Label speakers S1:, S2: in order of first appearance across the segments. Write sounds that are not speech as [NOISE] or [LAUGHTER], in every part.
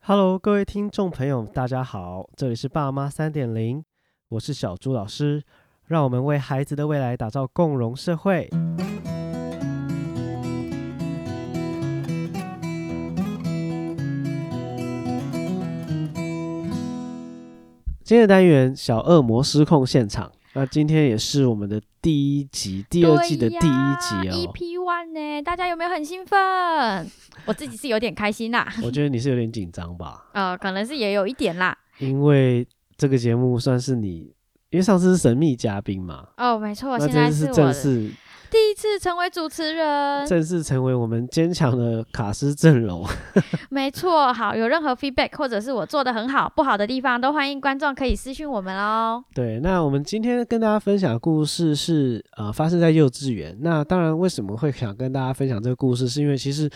S1: Hello，各位听众朋友，大家好，这里是爸妈三点零，我是小朱老师，让我们为孩子的未来打造共融社会。今天的单元小恶魔失控现场，那今天也是我们的第一集，第二季的第一集哦。
S2: EP，E One 呢，大家有没有很兴奋？我自己是有点开心啦，
S1: 我觉得你是有点紧张吧？
S2: 呃，可能是也有一点啦。
S1: 因为这个节目算是你，因为上次是神秘嘉宾嘛，
S2: 哦，没错，
S1: 那
S2: 现
S1: 这
S2: 在
S1: 次
S2: 是
S1: 是
S2: 我
S1: 正
S2: 的
S1: 式
S2: 第一次成为主持人，
S1: 正式成为我们坚强的卡斯阵容。 [LAUGHS]
S2: 没错。好，有任何 feedback 或者是我做的很好、不好的地方，都欢迎观众可以私讯我们哦。
S1: 对，那我们今天跟大家分享的故事是呃发生在幼稚园。那当然，为什么会想跟大家分享这个故事，是因为其实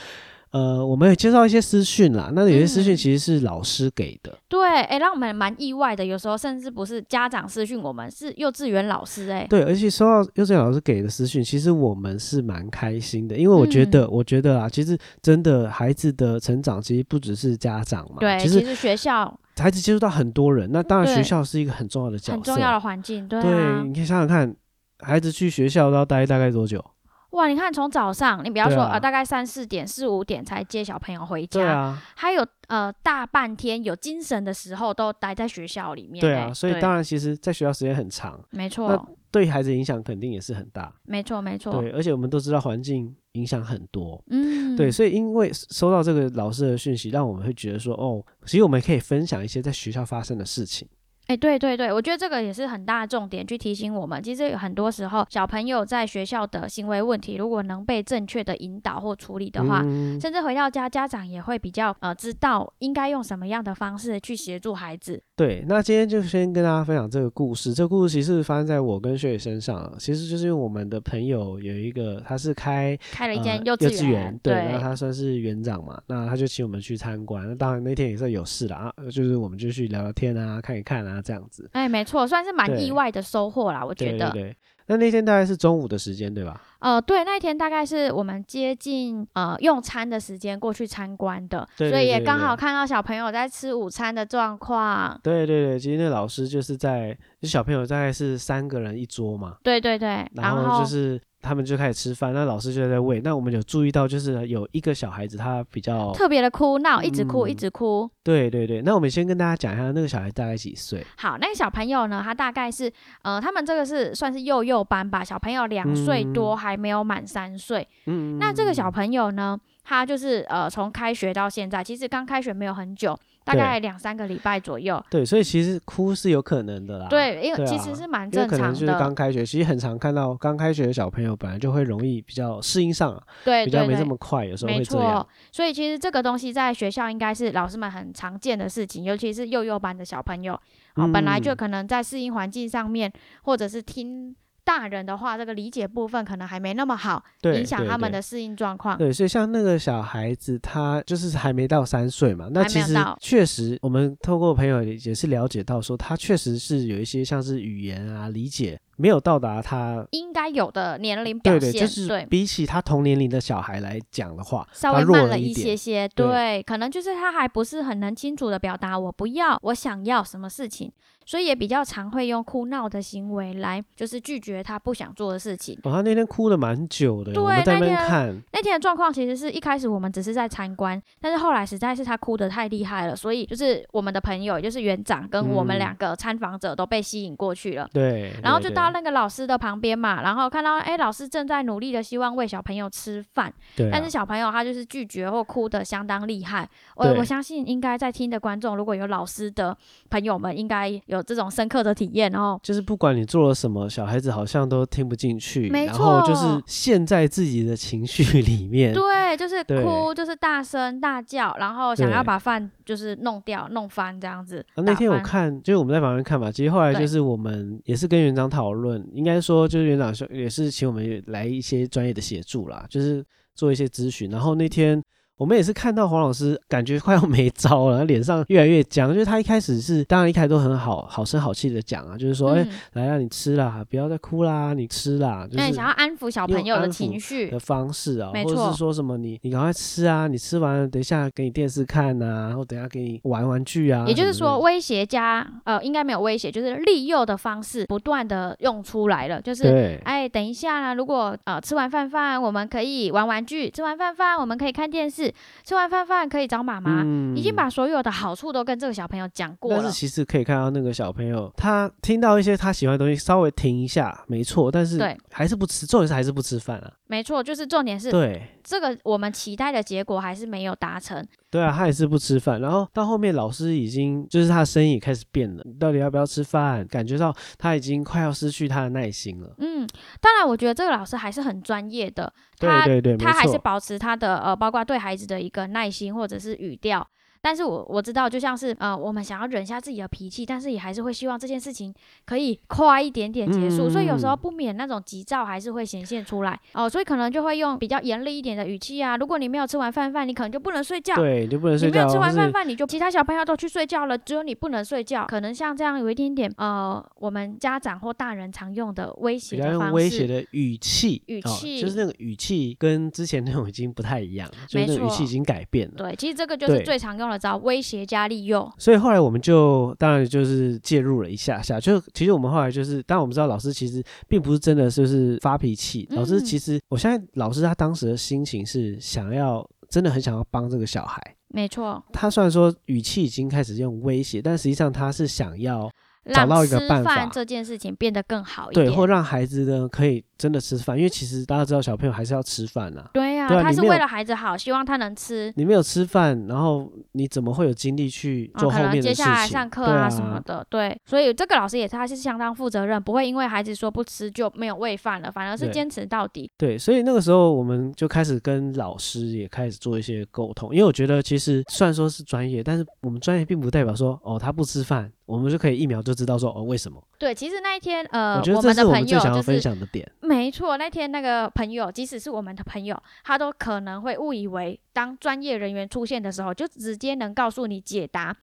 S1: 呃我们也接到一些私讯啦，那有些私讯
S2: 嗯
S1: 其实是老师给的。
S2: 对，哎、让我们蛮意外的，有时候甚至不是家长私讯我们，是幼稚园老师、哎，
S1: 对，而且收到幼稚园老师给的私讯，其实我们是蛮开心的，因为我觉
S2: 嗯
S1: 得，我觉得啊，其实真的孩子的成长，其实不只是家长嘛，
S2: 对，
S1: 其
S2: 其
S1: 实
S2: 实学校
S1: 孩子接触到很多人，那当然学
S2: 对
S1: 校是一个很重要的角色，
S2: 很重要的环境，对
S1: 对
S2: 啊。
S1: 你可以想想看，孩子去学校都要待大概多久？
S2: 哇，你看从早上，你不要
S1: 对
S2: 说、
S1: 啊
S2: 呃，大概三四点、四五点才接小朋友回家，
S1: 对啊，
S2: 还有呃大半天有精神的时候都待在学校里面欸、
S1: 对啊，所以当然，其实在学校时间很长，
S2: 没
S1: 那
S2: 错，
S1: 对孩子影响肯定也是很大。
S2: 没错，没错，
S1: 对，而且我们都知道环境影响很多，
S2: 嗯，
S1: 对，所以因为收到这个老师的讯息，让我们会觉得说，哦，其实我们可以分享一些在学校发生的事情。
S2: 哎、对对对，我觉得这个也是很大的重点，去提醒我们，其实有很多时候小朋友在学校的行为问题，如果能被正确的引导或处理的话。
S1: 嗯、
S2: 甚至回到家，家长也会比较呃知道应该用什么样的方式去协助孩子。
S1: 对，那今天就先跟大家分享这个故事。这个故事其实是发生在我跟雪雪身上啊，其实就是因为我们的朋友有一个，他是开
S2: 开了一间
S1: 呃
S2: 幼
S1: 幼
S2: 稚
S1: 园，对，那
S2: 对，
S1: 他算是园长嘛，那他就请我们去参观。那当然那天也是有事了啊，就是我们就去聊聊天啊，看一看啊，这样子。
S2: 哎、没错，算是蛮
S1: 对
S2: 意外的收获啦，我觉
S1: 对
S2: 得
S1: 对。对。那那天大概是中午的时间，对吧？
S2: 呃，对，那一天大概是我们接近呃用餐的时间过去参观的，
S1: 对
S2: 所
S1: 对
S2: 以也
S1: 对
S2: 刚
S1: 对
S2: 好看到小朋友在吃午餐的状况。
S1: 对对对，其实那老师就是在，就小朋友大概是三个人一桌嘛，
S2: 对对对，
S1: 然
S2: 哦
S1: 后就是他们就开始吃饭，那老师就在喂。那我们有注意到，就是有一个小孩子他比较，
S2: 特别的哭闹，一直哭、一
S1: 嗯
S2: 直哭。
S1: 对对对。那我们先跟大家讲一下那个小孩大概几岁，
S2: 好，那个小朋友呢，他大概是呃，他们这个是算是幼幼班吧，小朋友两岁多，还没有满三岁。
S1: 嗯，
S2: 那这个小朋友呢，他就是呃从开学到现在，其实刚开学没有很久，大
S1: 对
S2: 概两三个礼拜左右。
S1: 对，所以其实哭是有可能的啦，，
S2: 对，因为
S1: 对
S2: 其
S1: 啊
S2: 实是蛮
S1: 因为
S2: 正
S1: 可能
S2: 常
S1: 就是
S2: 的
S1: 刚，开学，其实很常看到刚开学的小朋友本来就会容易比较适应上啊，
S2: 对
S1: 比较
S2: 对
S1: 没这
S2: 对。
S1: 么快，有时候
S2: 没
S1: 会这样
S2: 错，，所以其实这个东西在学校应该是老师们很常见的事情，尤其是幼幼班的小朋友，哦，本来就
S1: 嗯
S2: 可能在适应环境上面，或者是听大人的话，这个理解部分可能还没那么好，
S1: 对
S2: 影响
S1: 对
S2: 他们
S1: 对
S2: 的适应状况。
S1: 对，所以像那个小孩子，他就是还没到三岁嘛，那
S2: 还没
S1: 其
S2: 有
S1: 实
S2: 到
S1: 确实，我们透过朋友也是了解到说，他确实是有一些像是语言啊理解没有到达他，
S2: 应该有的年龄表
S1: 对对，
S2: 现，
S1: 就是比起他同年龄的小孩来讲的话，
S2: 稍
S1: 他
S2: 微
S1: 弱
S2: 慢
S1: 了
S2: 了
S1: 一
S2: 一
S1: 点
S2: 些些，
S1: 对
S2: 对，可能就是他还不是很能清楚的表达我不要，我想要什么事情，所以也比较常会用哭闹的行为来就是拒绝他不想做的事情。
S1: 哦，他那天哭了蛮久的，
S2: 对
S1: 我们在
S2: 那
S1: 边
S2: 天
S1: 看，
S2: 那天的状况其实是一开始我们只是在参观，但是后来实在是他哭得太厉害了，所以就是我们的朋友，也就是园长跟我们
S1: 嗯
S2: 两个参访者都被吸引过去了。
S1: 对，
S2: 然后
S1: 对
S2: 就到，那个老师的旁边嘛，然后看到哎，老师正在努力的希望喂小朋友吃饭，
S1: 对对啊
S2: 但是小朋友他就是拒绝或哭得相当厉害。我我
S1: 对
S2: 相信应该在听的观众，如果有老师的朋友们，应该有这种深刻的体验哦。
S1: 就是不管你做了什么，小孩子好像都听不进去，
S2: 没
S1: 然后就是
S2: 错
S1: 陷在自己的情绪里面，
S2: 对，就是
S1: 对
S2: 哭，就是大声大叫，然后想要
S1: 对
S2: 把饭就是弄掉、弄翻这样子。
S1: 啊、那
S2: 打
S1: 天我
S2: 翻
S1: 看，就是我们在旁边看嘛，其实后来就
S2: 对
S1: 是我们也是跟园长讨论，应该说就是园长说也是请我们来一些专业的协助啦，就是做一些咨询。然后那天我们也是看到黄老师感觉快要没招了，脸上越来越僵。就是他一开始是，当然一开始都很好好声好气的讲啊，就是说，哎、
S2: 嗯
S1: 来让你吃啦，不要再哭啦，你吃啦，就
S2: 那你
S1: 是
S2: 想要安抚小
S1: 用
S2: 朋友的
S1: 安抚
S2: 情绪
S1: 的，方式啊，
S2: 没
S1: 或者
S2: 错
S1: 是说什么你你赶快吃啊，你吃完了等一下给你电视看啊，然后等一下给你玩玩具啊，
S2: 也就
S1: 什么之
S2: 是
S1: 类
S2: 说，
S1: 的，
S2: 威胁加呃，应该没有威胁，就是利诱的方式不断的用出来了，就是。
S1: 对，
S2: 哎，等一下啦！如果呃吃完饭饭，我们可以玩玩具；吃完饭饭，我们可以看电视；吃完饭饭可以找妈妈。
S1: 嗯
S2: 已经把所有的好处都跟这个小朋友讲过
S1: 但
S2: 了
S1: 是。其实可以看到那个小朋友，他听到一些他喜欢的东西，稍微停一下，没错，但是
S2: 对
S1: 还是不吃，重点是还是不吃饭啊。
S2: 没错，就是重点是
S1: 对
S2: 这个我们期待的结果还是没有达成。
S1: 对啊，他也是不吃饭。然后到后面老师已经就是他的声音也开始变了，你到底要不要吃饭？感觉到他已经快要失去他的耐心了。
S2: 嗯，当然，我觉得这个老师还是很专业的，他
S1: 对对对，
S2: 他
S1: 没
S2: 还是
S1: 错。
S2: 保持他的呃，包括对孩子的一个耐心或者是语调。但是我我知道，就像是呃，我们想要忍下自己的脾气，但是也还是会希望这件事情可以快一点点结束，所以有时候
S1: 嗯
S2: 不免那种急躁还是会显现出来哦、所以可能就会用比较严厉一点的语气啊，如果你没有吃完饭饭，你可能就不能睡觉，
S1: 对，你就不能
S2: 你
S1: 睡
S2: 没
S1: 觉
S2: 有
S1: 哦，
S2: 吃完
S1: 或
S2: 饭
S1: 是
S2: 饭，你就其他小朋友都去睡觉了，只有你不能睡觉。可能像这样有一点点呃，我们家长或大人常用的威胁
S1: 比较
S2: 的
S1: 用
S2: 方
S1: 威胁
S2: 式。
S1: 的语气，
S2: 语
S1: 哦、就是那个语气跟之前那种已经不太一样，就是那
S2: 没
S1: 种语
S2: 错
S1: 气已经改变了。
S2: 对，其实这个就是
S1: 对
S2: 最常用的招，威胁加利诱。
S1: 所以后来我们就当然就是介入了一下下，就其实我们后来就是，当然我们知道老师其实并不是真的就是发脾气，
S2: 嗯
S1: 老师其实我相信老师他当时的心情是想要真的很想要帮这个小孩，
S2: 没错，
S1: 他虽然说语气已经开始用威胁，但实际上他是想要
S2: 让
S1: 到一个
S2: 吃
S1: 办
S2: 饭
S1: 法
S2: 这件事情变得更好一点。
S1: 对或让孩子呢可以真的吃饭，因为其实大家知道小朋友还是要吃饭啊。
S2: 对呀、
S1: 对啊
S2: 他
S1: 你
S2: 是
S1: 没有
S2: 为了孩子好，希望他能吃。
S1: 你没有吃饭，然后你怎么会有精力去
S2: 啊
S1: 做
S2: 可
S1: 后
S2: 能
S1: 面的
S2: 接
S1: 事情？
S2: 下来上课
S1: 对啊
S2: 什么的，对，所以这个老师也是他是相当负责任，不会因为孩子说不吃就没有喂饭了，反而是
S1: 对
S2: 坚持到底。
S1: 对，所以那个时候我们就开始跟老师也开始做一些沟通，因为我觉得其实虽然说是专业，但是我们专业并不代表说哦他不吃饭，我们就可以一秒就知道说哦为什么。
S2: 对，其实那一天，呃，
S1: 我觉得这
S2: 们
S1: 是
S2: 的
S1: 我
S2: 朋
S1: 们最
S2: 友
S1: 想要
S2: 就
S1: 分
S2: 是
S1: 享的点。
S2: 没错，那天那个朋友，即使是我们的朋友，他都可能会误以为，当专业人员出现的时候，就直接能告诉你解答。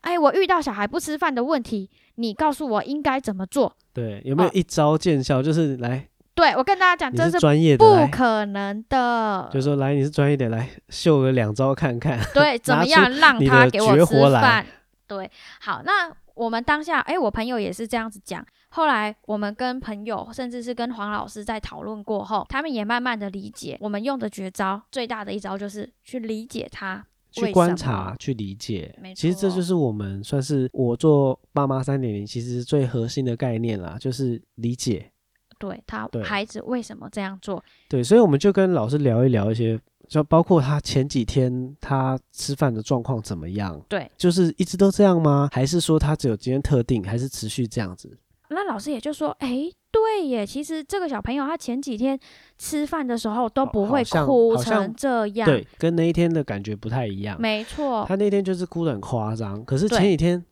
S2: 哎，我遇到小孩不吃饭的问题，你告诉我应该怎么做？
S1: 对，有没有
S2: 哦
S1: 一招见效？就是来，
S2: 对我跟大家讲，
S1: 你
S2: 这
S1: 是
S2: 是
S1: 专业的，
S2: 不
S1: 来，
S2: 可能的
S1: 就。说来你是专业的，来秀个两招看看。 [LAUGHS]
S2: 对，怎么样让
S1: 你
S2: 他
S1: 的
S2: 给我
S1: 绝活
S2: 吃
S1: 来
S2: 饭？对，好，那我们当下，哎，我朋友也是这样子讲。后来我们跟朋友，甚至是跟黄老师在讨论过后，他们也慢慢的理解我们用的绝招。最大的一招就是去理解他，为
S1: 去
S2: 什
S1: 观
S2: 么
S1: 察、去理解
S2: 没。
S1: 其实这
S2: 错
S1: 就是我们算是我做爸妈三点零，其实最核心的概念啦，就是理解。
S2: 对他
S1: 对
S2: 孩子为什么这样做。
S1: 对，所以我们就跟老师聊一聊一些，就包括他前几天他吃饭的状况怎么样。
S2: 对，
S1: 就是一直都这样吗？还是说他只有今天特定，还是持续这样子？
S2: 那老师也就说，哎，对耶，其实这个小朋友他前几天吃饭的时候都
S1: 好
S2: 不
S1: 好
S2: 会
S1: 像
S2: 哭
S1: 好像
S2: 成这样，
S1: 对，跟那一天的感觉不太一样。
S2: 没错。
S1: 他那天就是哭得很夸张，可是
S2: 对
S1: 前几天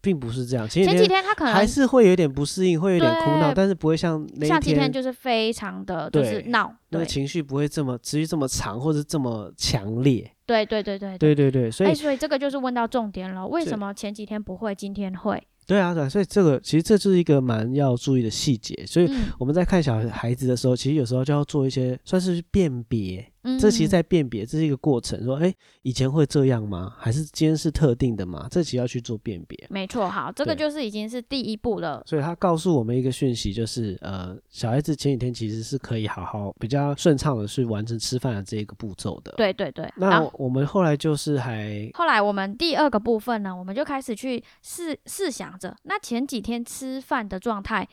S1: 并不是这样，前
S2: 前
S1: 几
S2: 几
S1: 天
S2: 天他可能
S1: 还是会有点不适应，会有点哭闹，
S2: 对
S1: 但是不会像那一
S2: 像今
S1: 天
S2: 天就是非常的就是
S1: 对
S2: 闹，
S1: 那
S2: 对
S1: 个情绪不会这么持续这么长，或者这么强烈。
S2: 对对对对对。
S1: 对对对，所以、
S2: 哎，所以这个就是问到重点了，为
S1: 这
S2: 什么前几天不会，今天会？
S1: 对啊，对啊，所以这个其实这就是一个蛮要注意的细节。所以
S2: 嗯
S1: 我们在看小孩子的时候，其实有时候就要做一些算是辨别，
S2: 嗯
S1: 这其实在辨别，这是一个过程。说，哎，以前会这样吗？还是今天是特定的吗？这其实要去做辨别。
S2: 没错，好，这个
S1: 对
S2: 就是已经是第一步了。
S1: 所以他告诉我们一个讯息，就是呃，小孩子前几天其实是可以好好比较顺畅的去完成吃饭的这一个步骤的。，
S2: 对对对，
S1: 那
S2: 好
S1: 我们后来就是还
S2: 后来我们第二个部分呢，我们就开始去试试想着，那前几天吃饭的状态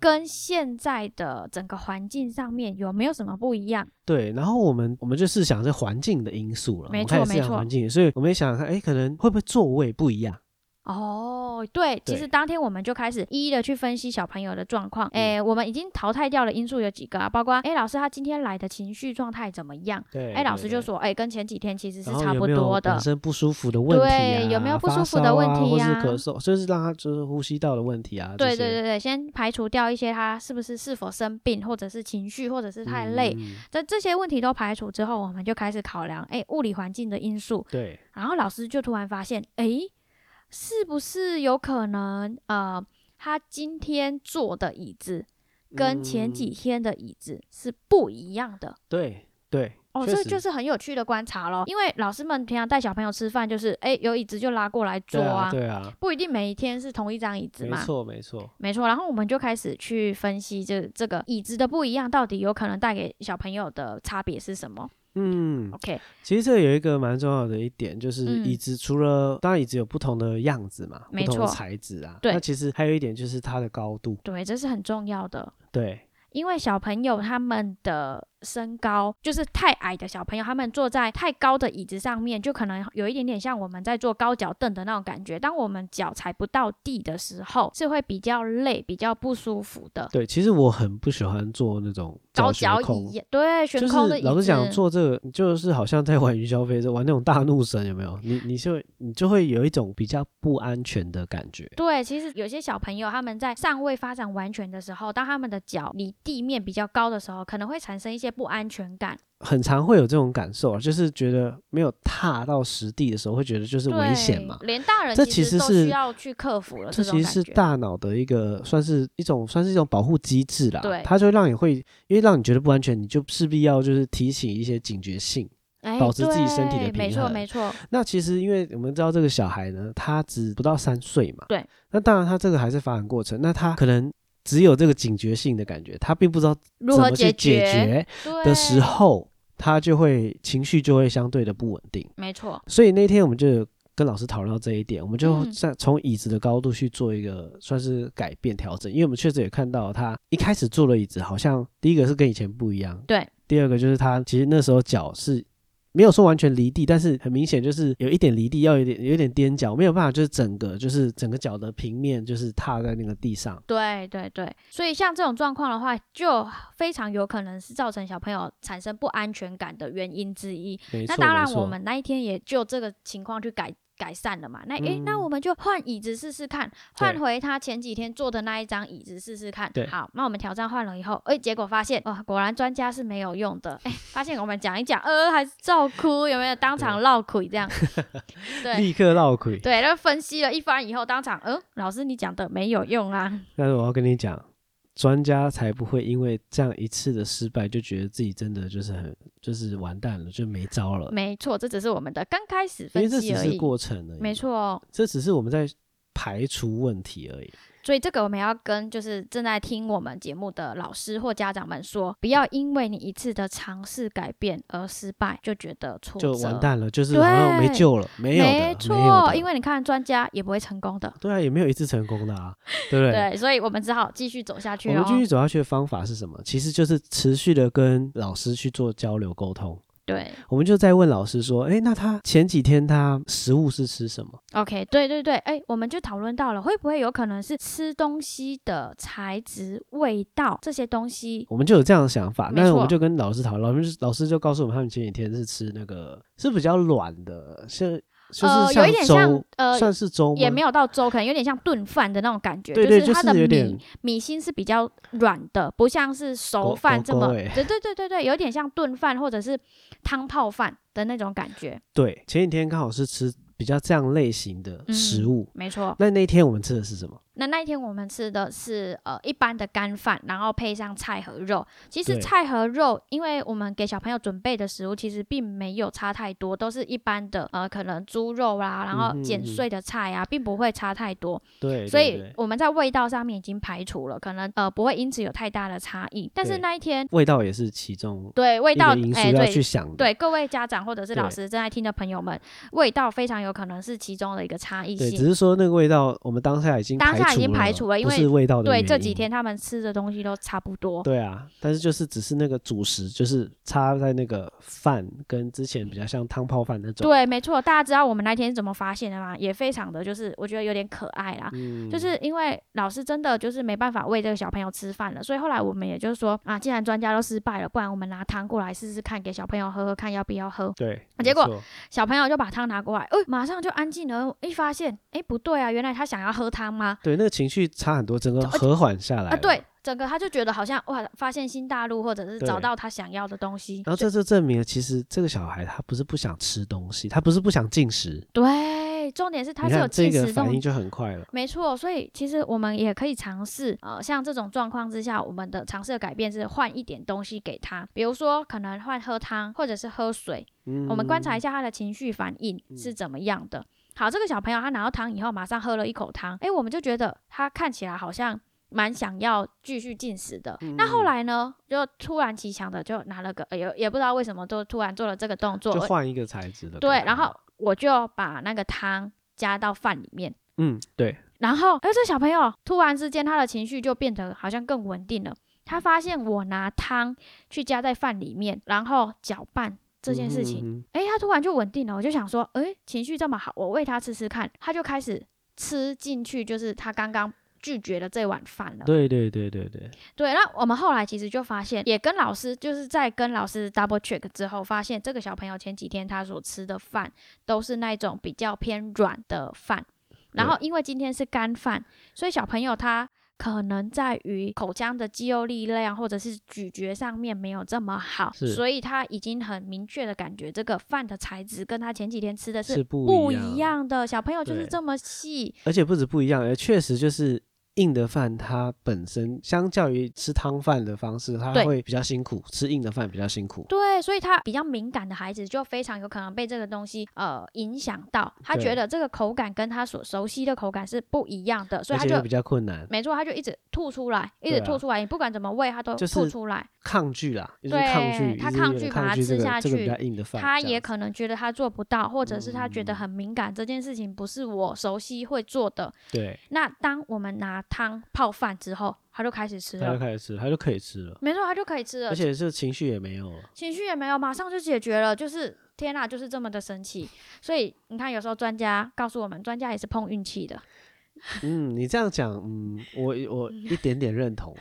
S2: 跟现在的整个环境上面有没有什么不一样？
S1: 对，然后我们我们就试想这环境的因素了，我
S2: 没
S1: 们
S2: 错
S1: 开始试
S2: 没
S1: 想
S2: 错
S1: 环境，所以我们也想想看，哎，可能会不会座位不一样？
S2: 哦，哦，对，其
S1: 对嗯
S2: 实当天我们就开始一一的去分析小朋友的状况。诶，我们已经淘汰掉的因素有几个啊？包括诶，老师他今天来的情绪状态怎么样？
S1: 对，
S2: 哎诶，老
S1: 对
S2: 师就
S1: 对
S2: 说，诶，跟前几天其实是
S1: 然后
S2: 差
S1: 有
S2: 不
S1: 没有
S2: 多的
S1: 本。身不舒服的问题啊，
S2: 对有没有不
S1: 发
S2: 舒服的
S1: 烧
S2: 问
S1: 啊
S2: 题
S1: 或是
S2: 呀
S1: 咳嗽，就是让他就是呼吸道的问题啊，这
S2: 对对
S1: 些
S2: 对对，先排除掉一些他是不是是否生病，或者是情绪，或者是太累，
S1: 嗯嗯嗯
S2: 在、这些问题都排除之后，我们就开始考量，诶，物理环境的因素，
S1: 对，
S2: 然后老师就突然发现，诶，是不是有可能呃，他今天坐的椅子跟前几
S1: 嗯
S2: 天的椅子是不一样的？
S1: 对对，
S2: 哦，
S1: 确
S2: 这
S1: 实
S2: 就是很有趣的观察咯。因为老师们平常带小朋友吃饭，就是诶，有椅子就拉过来坐
S1: 对啊，对啊，
S2: 不一定每一天是同一张椅子
S1: 没
S2: 嘛。
S1: 错没错，
S2: 没错，然后我们就开始去分析这这个椅子的不一样，到底有可能带给小朋友的差别是什么
S1: 嗯，
S2: ？OK，
S1: 其实这有一个蛮重要的一点，就是
S2: 嗯
S1: 椅子除了、当然椅子有不同的样子嘛，不
S2: 没
S1: 同的
S2: 错
S1: 材质啊，
S2: 对
S1: 那其实还有一点就是它的高度，
S2: 对，这是很重要的，
S1: 对
S2: 因为小朋友他们的身高就是太矮的小朋友，他们坐在太高的椅子上面，就可能有一点点像我们在坐高脚凳的那种感觉。当我们脚踩不到地的时候，是会比较累、比较不舒服的。
S1: 对，其实我很不喜欢坐那种
S2: 高
S1: 悬
S2: 脚
S1: 空
S2: 椅，对，悬
S1: 就是
S2: 空的椅子，
S1: 老实讲，做这个就是好像在玩云霄飞车，玩那种大怒神，有没有？你你就会你就会有一种比较不安全的感觉。
S2: 对，其实有些小朋友他们在尚未发展完全的时候，当他们的脚离地面比较高的时候，可能会产生一些不安全感。
S1: 很常会有这种感受啊，就是觉得没有踏到实地的时候，会觉得就是
S2: 对，
S1: 危险嘛。
S2: 连大人
S1: 这
S2: 其
S1: 其实
S2: 都
S1: 是
S2: 需要去克服了
S1: 这
S2: 种
S1: 其实
S2: 感
S1: 是
S2: 觉。
S1: 大脑的一个算是一种算是一种保护机制啦，
S2: 对
S1: 它就会让你会因为让你觉得不安全，你就势必要就是提醒一些警觉性。
S2: 哎
S1: 保持自己身体的
S2: 对没
S1: 平
S2: 错，
S1: 衡
S2: 没错，
S1: 那其实因为我们知道这个小孩呢，他只不到三岁嘛，
S2: 对，
S1: 那当然他这个还是发展过程，那他可能只有这个警觉性的感觉，他并不知道
S2: 如
S1: 怎
S2: 何
S1: 么去
S2: 解
S1: 解
S2: 决
S1: 决
S2: 对
S1: 的时，候，他就会情绪就会相对的不稳定。
S2: 没错，
S1: 所以那天我们就有跟老师讨论到这一点，我们就
S2: 嗯
S1: 在从椅子的高度去做一个算是改变调整，因为我们确实也看到他一开始坐的椅子好像第一个是跟以前不一样，
S2: 对，
S1: 第二个就是他其实那时候脚是。没有说完全离地，但是很明显就是有一点离地，要有点有一点踮脚，没有办法，就是整个就是整个脚的平面就是踏在那个地上。
S2: 对对对。所以像这种状况的话，就非常有可能是造成小朋友产生不安全感的原因之一。
S1: 没错，
S2: 那当
S1: 没
S2: 然，
S1: 错
S2: 我们那一天也就这个情况去改改善了嘛。那诶、那
S1: 嗯
S2: 我们就换椅子试试看，换
S1: 对
S2: 回他前几天坐的那一张椅子试试看
S1: 对。
S2: 好，那我们挑战换了以后，诶、结果发现哦，果然专家是没有用的。诶、发现我们讲一讲，呃，还是照哭，有没有当场落苦
S1: [LAUGHS]
S2: 这样？对。
S1: 立刻落亏。
S2: 对，那分析了一番以后，当场，嗯，老师你讲的没有用啊，
S1: [LAUGHS] 但是我要跟你讲，专家才不会因为这样一次的失败就觉得自己真的就是很就是完蛋了，就没招了。
S2: 没错，这只是我们的刚开始
S1: 因为
S2: 嗯分
S1: 这
S2: 析
S1: 只
S2: 而
S1: 是
S2: 已，
S1: 过程而已，
S2: 没，错哦。
S1: 这只是我们在排除问题而已。
S2: 所以这个我们要跟就是正在听我们节目的老师或家长们说，不要因为你一次的尝试改变而失败就觉得挫折，
S1: 就完蛋了，就是好像没
S2: 对
S1: 救了，没有的，没
S2: 没
S1: 有
S2: 错，
S1: 的
S2: 因为你看专家也不会成功的，
S1: 对啊，也没有一次成功的啊，对不对？
S2: 对，所以我们只好继续走下去
S1: 我
S2: 哦
S1: 们。继续走下去的方法是什么？其实就是持续的跟老师去做交流沟通。
S2: 对
S1: 我们就在问老师说：“诶，那他前几天他食物是吃什么？
S2: ，OK，对对对，哎，我们就讨论到了，会不会有可能是吃东西的材质、味道这些东西？
S1: 我们就有这样的想法，
S2: 没
S1: 那我们
S2: 错
S1: 就跟老师讨论，老师老师就告诉我们，他们前几天是吃那个是比较软的，是就是
S2: 呃，有一点
S1: 粥，
S2: 像呃。
S1: 算是粥吗？
S2: 也没有到粥，可能有点像炖饭的那种感觉，
S1: 对对，
S2: 就是它的
S1: 是有
S2: 米
S1: 点
S2: 米心是比较软的，不像是熟
S1: 狗
S2: 饭
S1: 狗
S2: 这么，
S1: 狗欸
S2: 对对对对对，有点像炖饭或者是汤泡饭的那种感觉。
S1: 对。前几天刚好是吃比较这样类型的食
S2: 嗯
S1: 物，
S2: 没错，
S1: 那那天我们吃的是什么？
S2: 那那一天我们吃的是呃一般的干饭，然后配上菜和肉。其实
S1: 对
S2: 菜和肉，因为我们给小朋友准备的食物其实并没有差太多，都是一般的呃可能猪肉啦，然
S1: 嗯
S2: 后
S1: 哼嗯
S2: 剪
S1: 哼
S2: 碎的菜啊，并不会差太多。
S1: 对，
S2: 所
S1: 对
S2: 以
S1: 对
S2: 我们在味道上面已经排除了，可能呃不会因此有太大的差异。但是
S1: 对
S2: 那一天
S1: 味道也是其中
S2: 对味
S1: 一
S2: 道
S1: 个因，素
S2: 哎、
S1: 要
S2: 对
S1: 去想的。
S2: 对各位家长或者是老
S1: 对
S2: 师正在听的朋友们，味道非常有可能是其中的一个差异
S1: 对，只
S2: 性。
S1: 是说那个味道，我们当下已经
S2: 当
S1: 排
S2: 下已经排
S1: 除
S2: 除了，因
S1: 不是
S2: 为
S1: 味道的
S2: 对
S1: 原
S2: 这几
S1: 因
S2: 天他们吃的东西都差不多。
S1: 对啊，但是就是只是那个主食，就是插在那个饭跟之前比较像汤泡饭那种。
S2: 对，没错，大家知道我们那天是怎么发现的吗？也非常的就是，我觉得有点可爱啦。
S1: 嗯，
S2: 就是因为老师真的就是没办法喂这个小朋友吃饭了，所以后来我们也就是说啊，既然专家都失败了，不然我们拿汤过来试试看，给小朋友喝喝看要不要喝。
S1: 对。
S2: 啊结
S1: 没
S2: 果
S1: 错
S2: 小朋友就把汤拿过来，哎、马上就安静了。一发现，哎、不对啊，原来他想要喝汤吗？
S1: 对那个情绪差很多，整个
S2: 而且
S1: 和缓下来
S2: 啊，
S1: 了。
S2: 对，整个他就觉得好像哇，发现新大陆，或者是
S1: 对
S2: 找到他想要的东西。
S1: 然后这就证明了，其实这个小孩他不是不想吃东西，他不是不想进食，
S2: 对，重点是他
S1: 你
S2: 是有
S1: 看这
S2: 进
S1: 个
S2: 食
S1: 反
S2: 动
S1: 应就很快了。
S2: 没错，所以其实我们也可以尝试，呃，像这种状况之下，我们的尝试的改变是换一点东西给他，比如说可能换喝汤或者是喝水，
S1: 嗯，
S2: 我们观察一下他的情绪反应是怎么样的。好，这个小朋友他拿到汤以后，马上喝了一口汤，诶，我们就觉得他看起来好像蛮想要继续进食的。
S1: 嗯
S2: 那后来呢，就突然奇想的就拿了个，呃也、也不知道为什么，就突然做了这个动作
S1: 就，
S2: 呃
S1: 换一啊个材质的。
S2: 对，然后我就把那个汤加到饭里面。
S1: 嗯，对，
S2: 然后，哎，这小朋友突然之间他的情绪就变得好像更稳定了。他发现我拿汤去加在饭里面，然后搅拌这件事情，
S1: 情，
S2: 哎、他突然就稳定了。我就想说，哎，情绪这么好，我喂他吃吃看。他就开始吃进去，就是他刚刚拒绝的这碗饭了。
S1: 对对对对对，
S2: 对，那我们后来其实就发现，也跟老师就是在跟老师 double check 之后，发现这个小朋友前几天他所吃的饭都是那种比较偏软的饭，然后因为今天是干饭，所以小朋友他可能在于口腔的肌肉力量或者是咀嚼上面没有这么好，
S1: 是
S2: 所以他已经很明确的感觉这个饭的材质跟他前几天吃的
S1: 是
S2: 是
S1: 不
S2: 不一。样的。小朋友就是
S1: 对
S2: 这么细，
S1: 而且不止不一样，而确实就是硬的饭，它本身相较于吃汤饭的方式，它
S2: 对
S1: 会比较辛苦，吃硬的饭比较辛苦。
S2: 对，所以他比较敏感的孩子就非常有可能被这个东西呃影响到，他
S1: 对
S2: 觉得这个口感跟他所熟悉的口感是不一样的，所
S1: 而
S2: 以他
S1: 且
S2: 就
S1: 又比较困难，
S2: 没错，他就一直吐出来，一直
S1: 对啊
S2: 吐出来，你不管怎么喂他都
S1: 就是
S2: 吐出来，
S1: 抗拒啦，就是抗拒，
S2: 对他
S1: 一直
S2: 抗
S1: 有点
S2: 拒把它
S1: 抗拒
S2: 吃
S1: 这个
S2: 下
S1: 这个比
S2: 去
S1: 较硬的饭，
S2: 他
S1: 这
S2: 也
S1: 样子
S2: 可能觉得他做不到，或者是他觉得
S1: 嗯
S2: 很敏感，这件事情不是我熟悉会做的。
S1: 对，
S2: 那当我们拿汤泡饭之后，他就开始吃
S1: 他就
S2: 了，
S1: 开始吃，他就可以吃了，
S2: 没错，他就可以吃了
S1: 而，且这情绪也没
S2: [LAUGHS]
S1: 有了。
S2: 情绪也没有，马上就解决了，就是天呐，就是这么的神奇。所以你看，有时候专家告诉我们，专家也是碰运气的，
S1: 嗯，你这样讲，嗯，我
S2: [LAUGHS]
S1: 我一点点认同。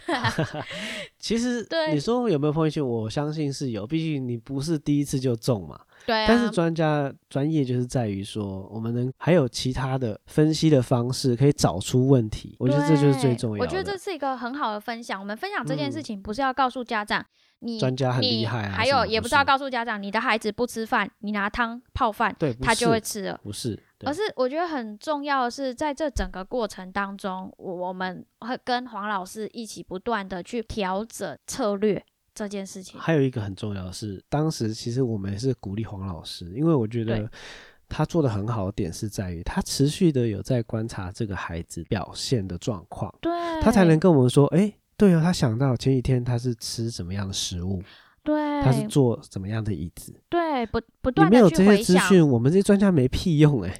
S1: 其实
S2: 对
S1: 你说有没有碰运气，我相信是有，毕竟你不是第一次就中嘛。
S2: 对啊，
S1: 但是专家专业就是在于说，我们能还有其他的分析的方式，可以找出问题。我觉得这就是最
S2: 对
S1: 重要
S2: 我
S1: 的。嗯
S2: 觉得这是一个很好的分享。我们分享这件事情，不是要告诉家长、你
S1: 专家很
S2: 你
S1: 厉害啊
S2: 还
S1: 什么
S2: 有
S1: 不
S2: 也不是要
S1: 是
S2: 告诉家长你的孩子不吃饭，你拿汤泡饭
S1: 对，不
S2: 他就是会吃了。
S1: 不是，
S2: 而
S1: 对
S2: 是我觉得很重要的是，在这整个过程当中，我我们会跟黄老师一起不断的去调整策略这件事情。
S1: 还有一个很重要的是，当时其实我们也是鼓励黄老师，因为我觉得
S2: 对
S1: 他做的很好的点是在于，他持续的有在观察这个孩子表现的状况，
S2: 对，
S1: 他才能跟我们说，哎。对啊，他想到前几天他是吃什么样的食物，
S2: 对，
S1: 他是坐什么样的椅子，
S2: 对，不不
S1: 你
S2: 断
S1: 没
S2: 的
S1: 有
S2: 去
S1: 这些
S2: 回
S1: 资
S2: 想，
S1: 讯，我们这些专家没屁用哎、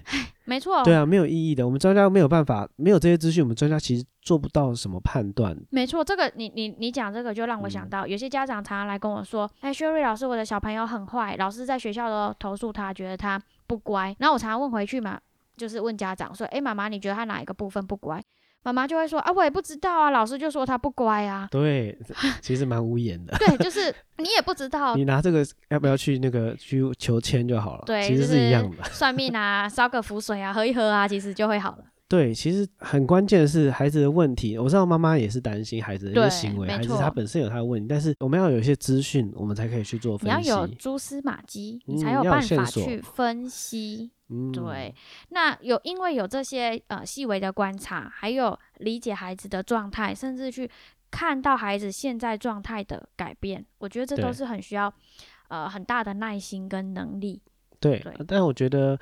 S2: 没错，
S1: 对啊，没有意义的。我们专家没有办法，没有这些资讯，我们专家其实做不到什么判断。。
S2: 没错。这个你你你讲这个就让我想到，有些家长常常来跟我说，哎，Sherry 老师，我的小朋友很坏，老师在学校都投诉他，觉得他不乖。然后我常常问回去嘛，就是问家长说，哎，妈妈，你觉得他哪一个部分不乖？妈妈就会说啊，我也不知道啊，老师就说他不乖啊
S1: 对， [LAUGHS] 其实蛮无言的。[LAUGHS]
S2: 对，就是你也不知道，
S1: 你拿这个要不要去那个去求签就好了，
S2: 对
S1: 其实
S2: 就是
S1: 一样的。
S2: 算命啊，烧个符水啊，喝一喝啊，其实就会好了。
S1: 对，其实很关键的是孩子的问题。我知道妈妈也是担心孩子的一些
S2: 对
S1: 行为，
S2: 没
S1: 孩子
S2: 错
S1: 他本身有他的问题，但是我们要有一些资讯，我们才可以去做
S2: 你
S1: 分
S2: 要
S1: 析。
S2: 有蛛丝马迹，你
S1: 嗯
S2: 才有
S1: 要有
S2: 办
S1: 线
S2: 法
S1: 索
S2: 去分析。
S1: 嗯，
S2: 对，那有因为有这些呃细微的观察，还有理解孩子的状态，甚至去看到孩子现在状态的改变，我觉得这
S1: 对
S2: 都是很需要呃很大的耐心跟能力。
S1: 对，
S2: 对
S1: 但我觉得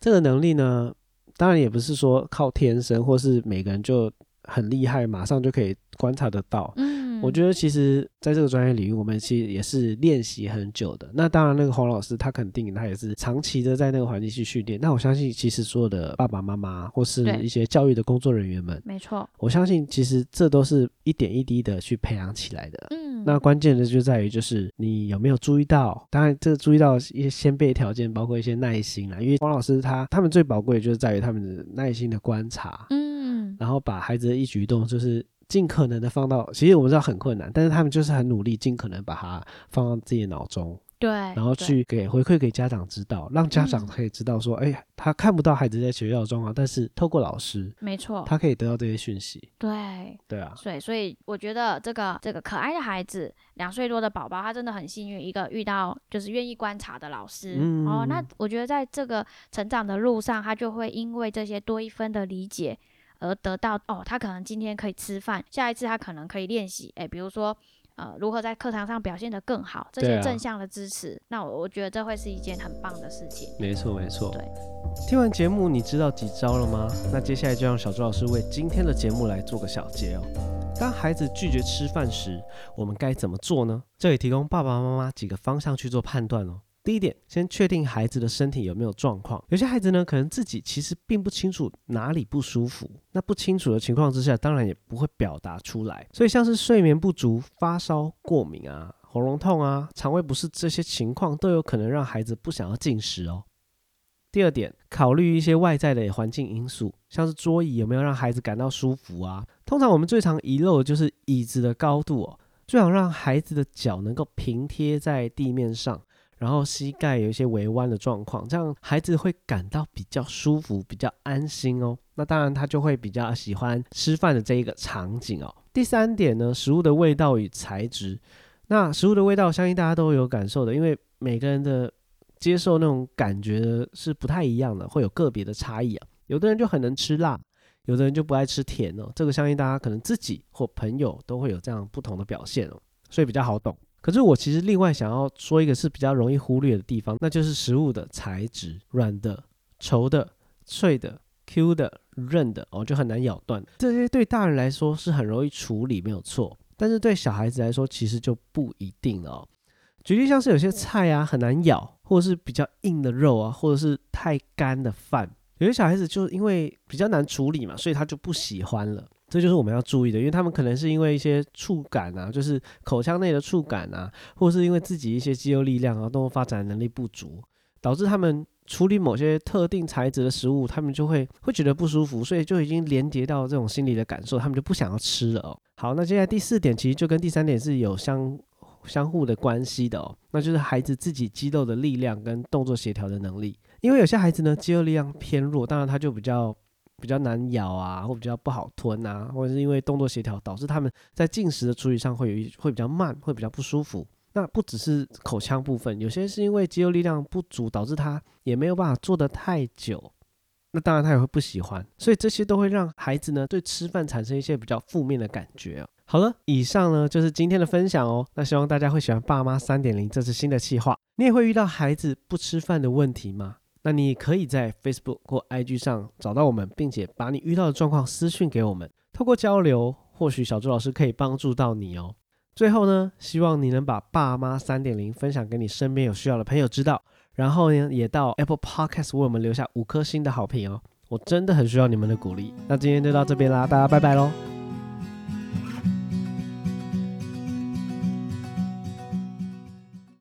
S1: 这个能力呢，当然也不是说靠天生，或是每个人就很厉害，马上就可以观察得到。
S2: 嗯，
S1: 我觉得其实在这个专业领域，我们其实也是练习很久的。那当然，那个黄老师他肯定他也是长期的在那个环境去训练。那我相信，其实所有的爸爸妈妈或是
S2: 对
S1: 一些教育的工作人员们，
S2: 没错，
S1: 我相信其实这都是一点一滴的去培养起来的。
S2: 嗯，
S1: 那关键的就在于，就是你有没有注意到？当然，这个注意到一些先辈条件，包括一些耐心啦。因为黄老师他他们最宝贵的就是在于他们的耐心的观察，
S2: 嗯，
S1: 然后把孩子的一举一动就是尽可能的放到，其实我们知道很困难，但是他们就是很努力，尽可能把它放到自己的脑中，
S2: 对，
S1: 然后
S2: 哎对
S1: 去给回馈给家长知道，让家长
S2: 嗯
S1: 可以知道说，哎，他看不到孩子在学校的状况，但是透过老师，
S2: 没错，
S1: 他可以得到这些讯息。
S2: 对，
S1: 对啊，
S2: 所以所以我觉得这个这个可爱的孩子，两岁多的宝宝，他真的很幸运，一个遇到就是愿意观察的老师。
S1: 嗯
S2: 哦，那我觉得在这个成长的路上，他就会因为这些多一分的理解。而得到哦，他可能今天可以吃饭，下一次他可能可以练习，诶，比如说，呃，如何在课堂上表现得更好，这
S1: 对
S2: 些
S1: 啊
S2: 正向的支持，那我我觉得这会是一件很棒的事情。
S1: 没错没错。
S2: 对，
S1: 听完节目，你知道几招了吗？那接下来就让小周老师为今天的节目来做个小结哦。当孩子拒绝吃饭时，我们该怎么做呢？这里提供爸爸妈妈几个方向去做判断哦。第一点，先确定孩子的身体有没有状况。有些孩子呢，可能自己其实并不清楚哪里不舒服，那不清楚的情况之下，当然也不会表达出来。所以像是睡眠不足、发烧、过敏啊、喉咙痛啊、肠胃不适这些情况，都有可能让孩子不想要进食哦。第二点，考虑一些外在的环境因素，像是桌椅有没有让孩子感到舒服啊。通常我们最常遗漏的就是椅子的高度哦，最好让孩子的脚能够平贴在地面上，然后膝盖有一些微弯的状况，这样孩子会感到比较舒服、比较安心哦。那当然，他就会比较喜欢吃饭的这一个场景哦。第三点呢，食物的味道与材质。那食物的味道，相信大家都有感受的，因为每个人的接受那种感觉是不太一样的，会有个别的差异啊。有的人就很能吃辣，有的人就不爱吃甜哦。这个相信大家可能自己或朋友都会有这样不同的表现哦，所以比较好懂。可是我其实另外想要说一个是比较容易忽略的地方，那就是食物的材质，软的、稠的、脆的、Q 的、韧的哦，就很难咬断。这些对大人来说是很容易处理，没有错，但是对小孩子来说其实就不一定了哦。举例像是有些菜啊很难咬，或者是比较硬的肉啊，或者是太干的饭，有些小孩子就因为比较难处理嘛，所以他就不喜欢了。这就是我们要注意的，因为他们可能是因为一些触感啊，就是口腔内的触感啊，或是因为自己一些肌肉力量啊、动物发展能力不足，导致他们处理某些特定材质的食物，他们就会会觉得不舒服，所以就已经连接到这种心理的感受，他们就不想要吃了哦。好，那接下来第四点其实就跟第三点是有相相互的关系的哦，那就是孩子自己肌肉的力量跟动作协调的能力。因为有些孩子呢，肌肉力量偏弱，当然他就比较比较难咬啊，或比较不好吞啊，或者是因为动作协调导致他们在进食的处理上会有一会比较慢，会比较不舒服。那不只是口腔部分，有些是因为肌肉力量不足，导致他也没有办法做得太久。那当然，他也会不喜欢，所以这些都会让孩子呢对吃饭产生一些比较负面的感觉哦、好了，以上呢就是今天的分享哦。那希望大家会喜欢《爸妈三点零》这次新的企划。你也会遇到孩子不吃饭的问题吗？那你也可以在 Facebook 或 IG 上找到我们，并且把你遇到的状况私讯给我们。透过交流，或许小朱老师可以帮助到你哦。最后呢，希望你能把《爸妈三点零》分享给你身边有需要的朋友知道，然后呢，也到 Apple Podcast 为我们留下五颗星的好评哦。我真的很需要你们的鼓励。那今天就到这边啦，大家拜拜喽。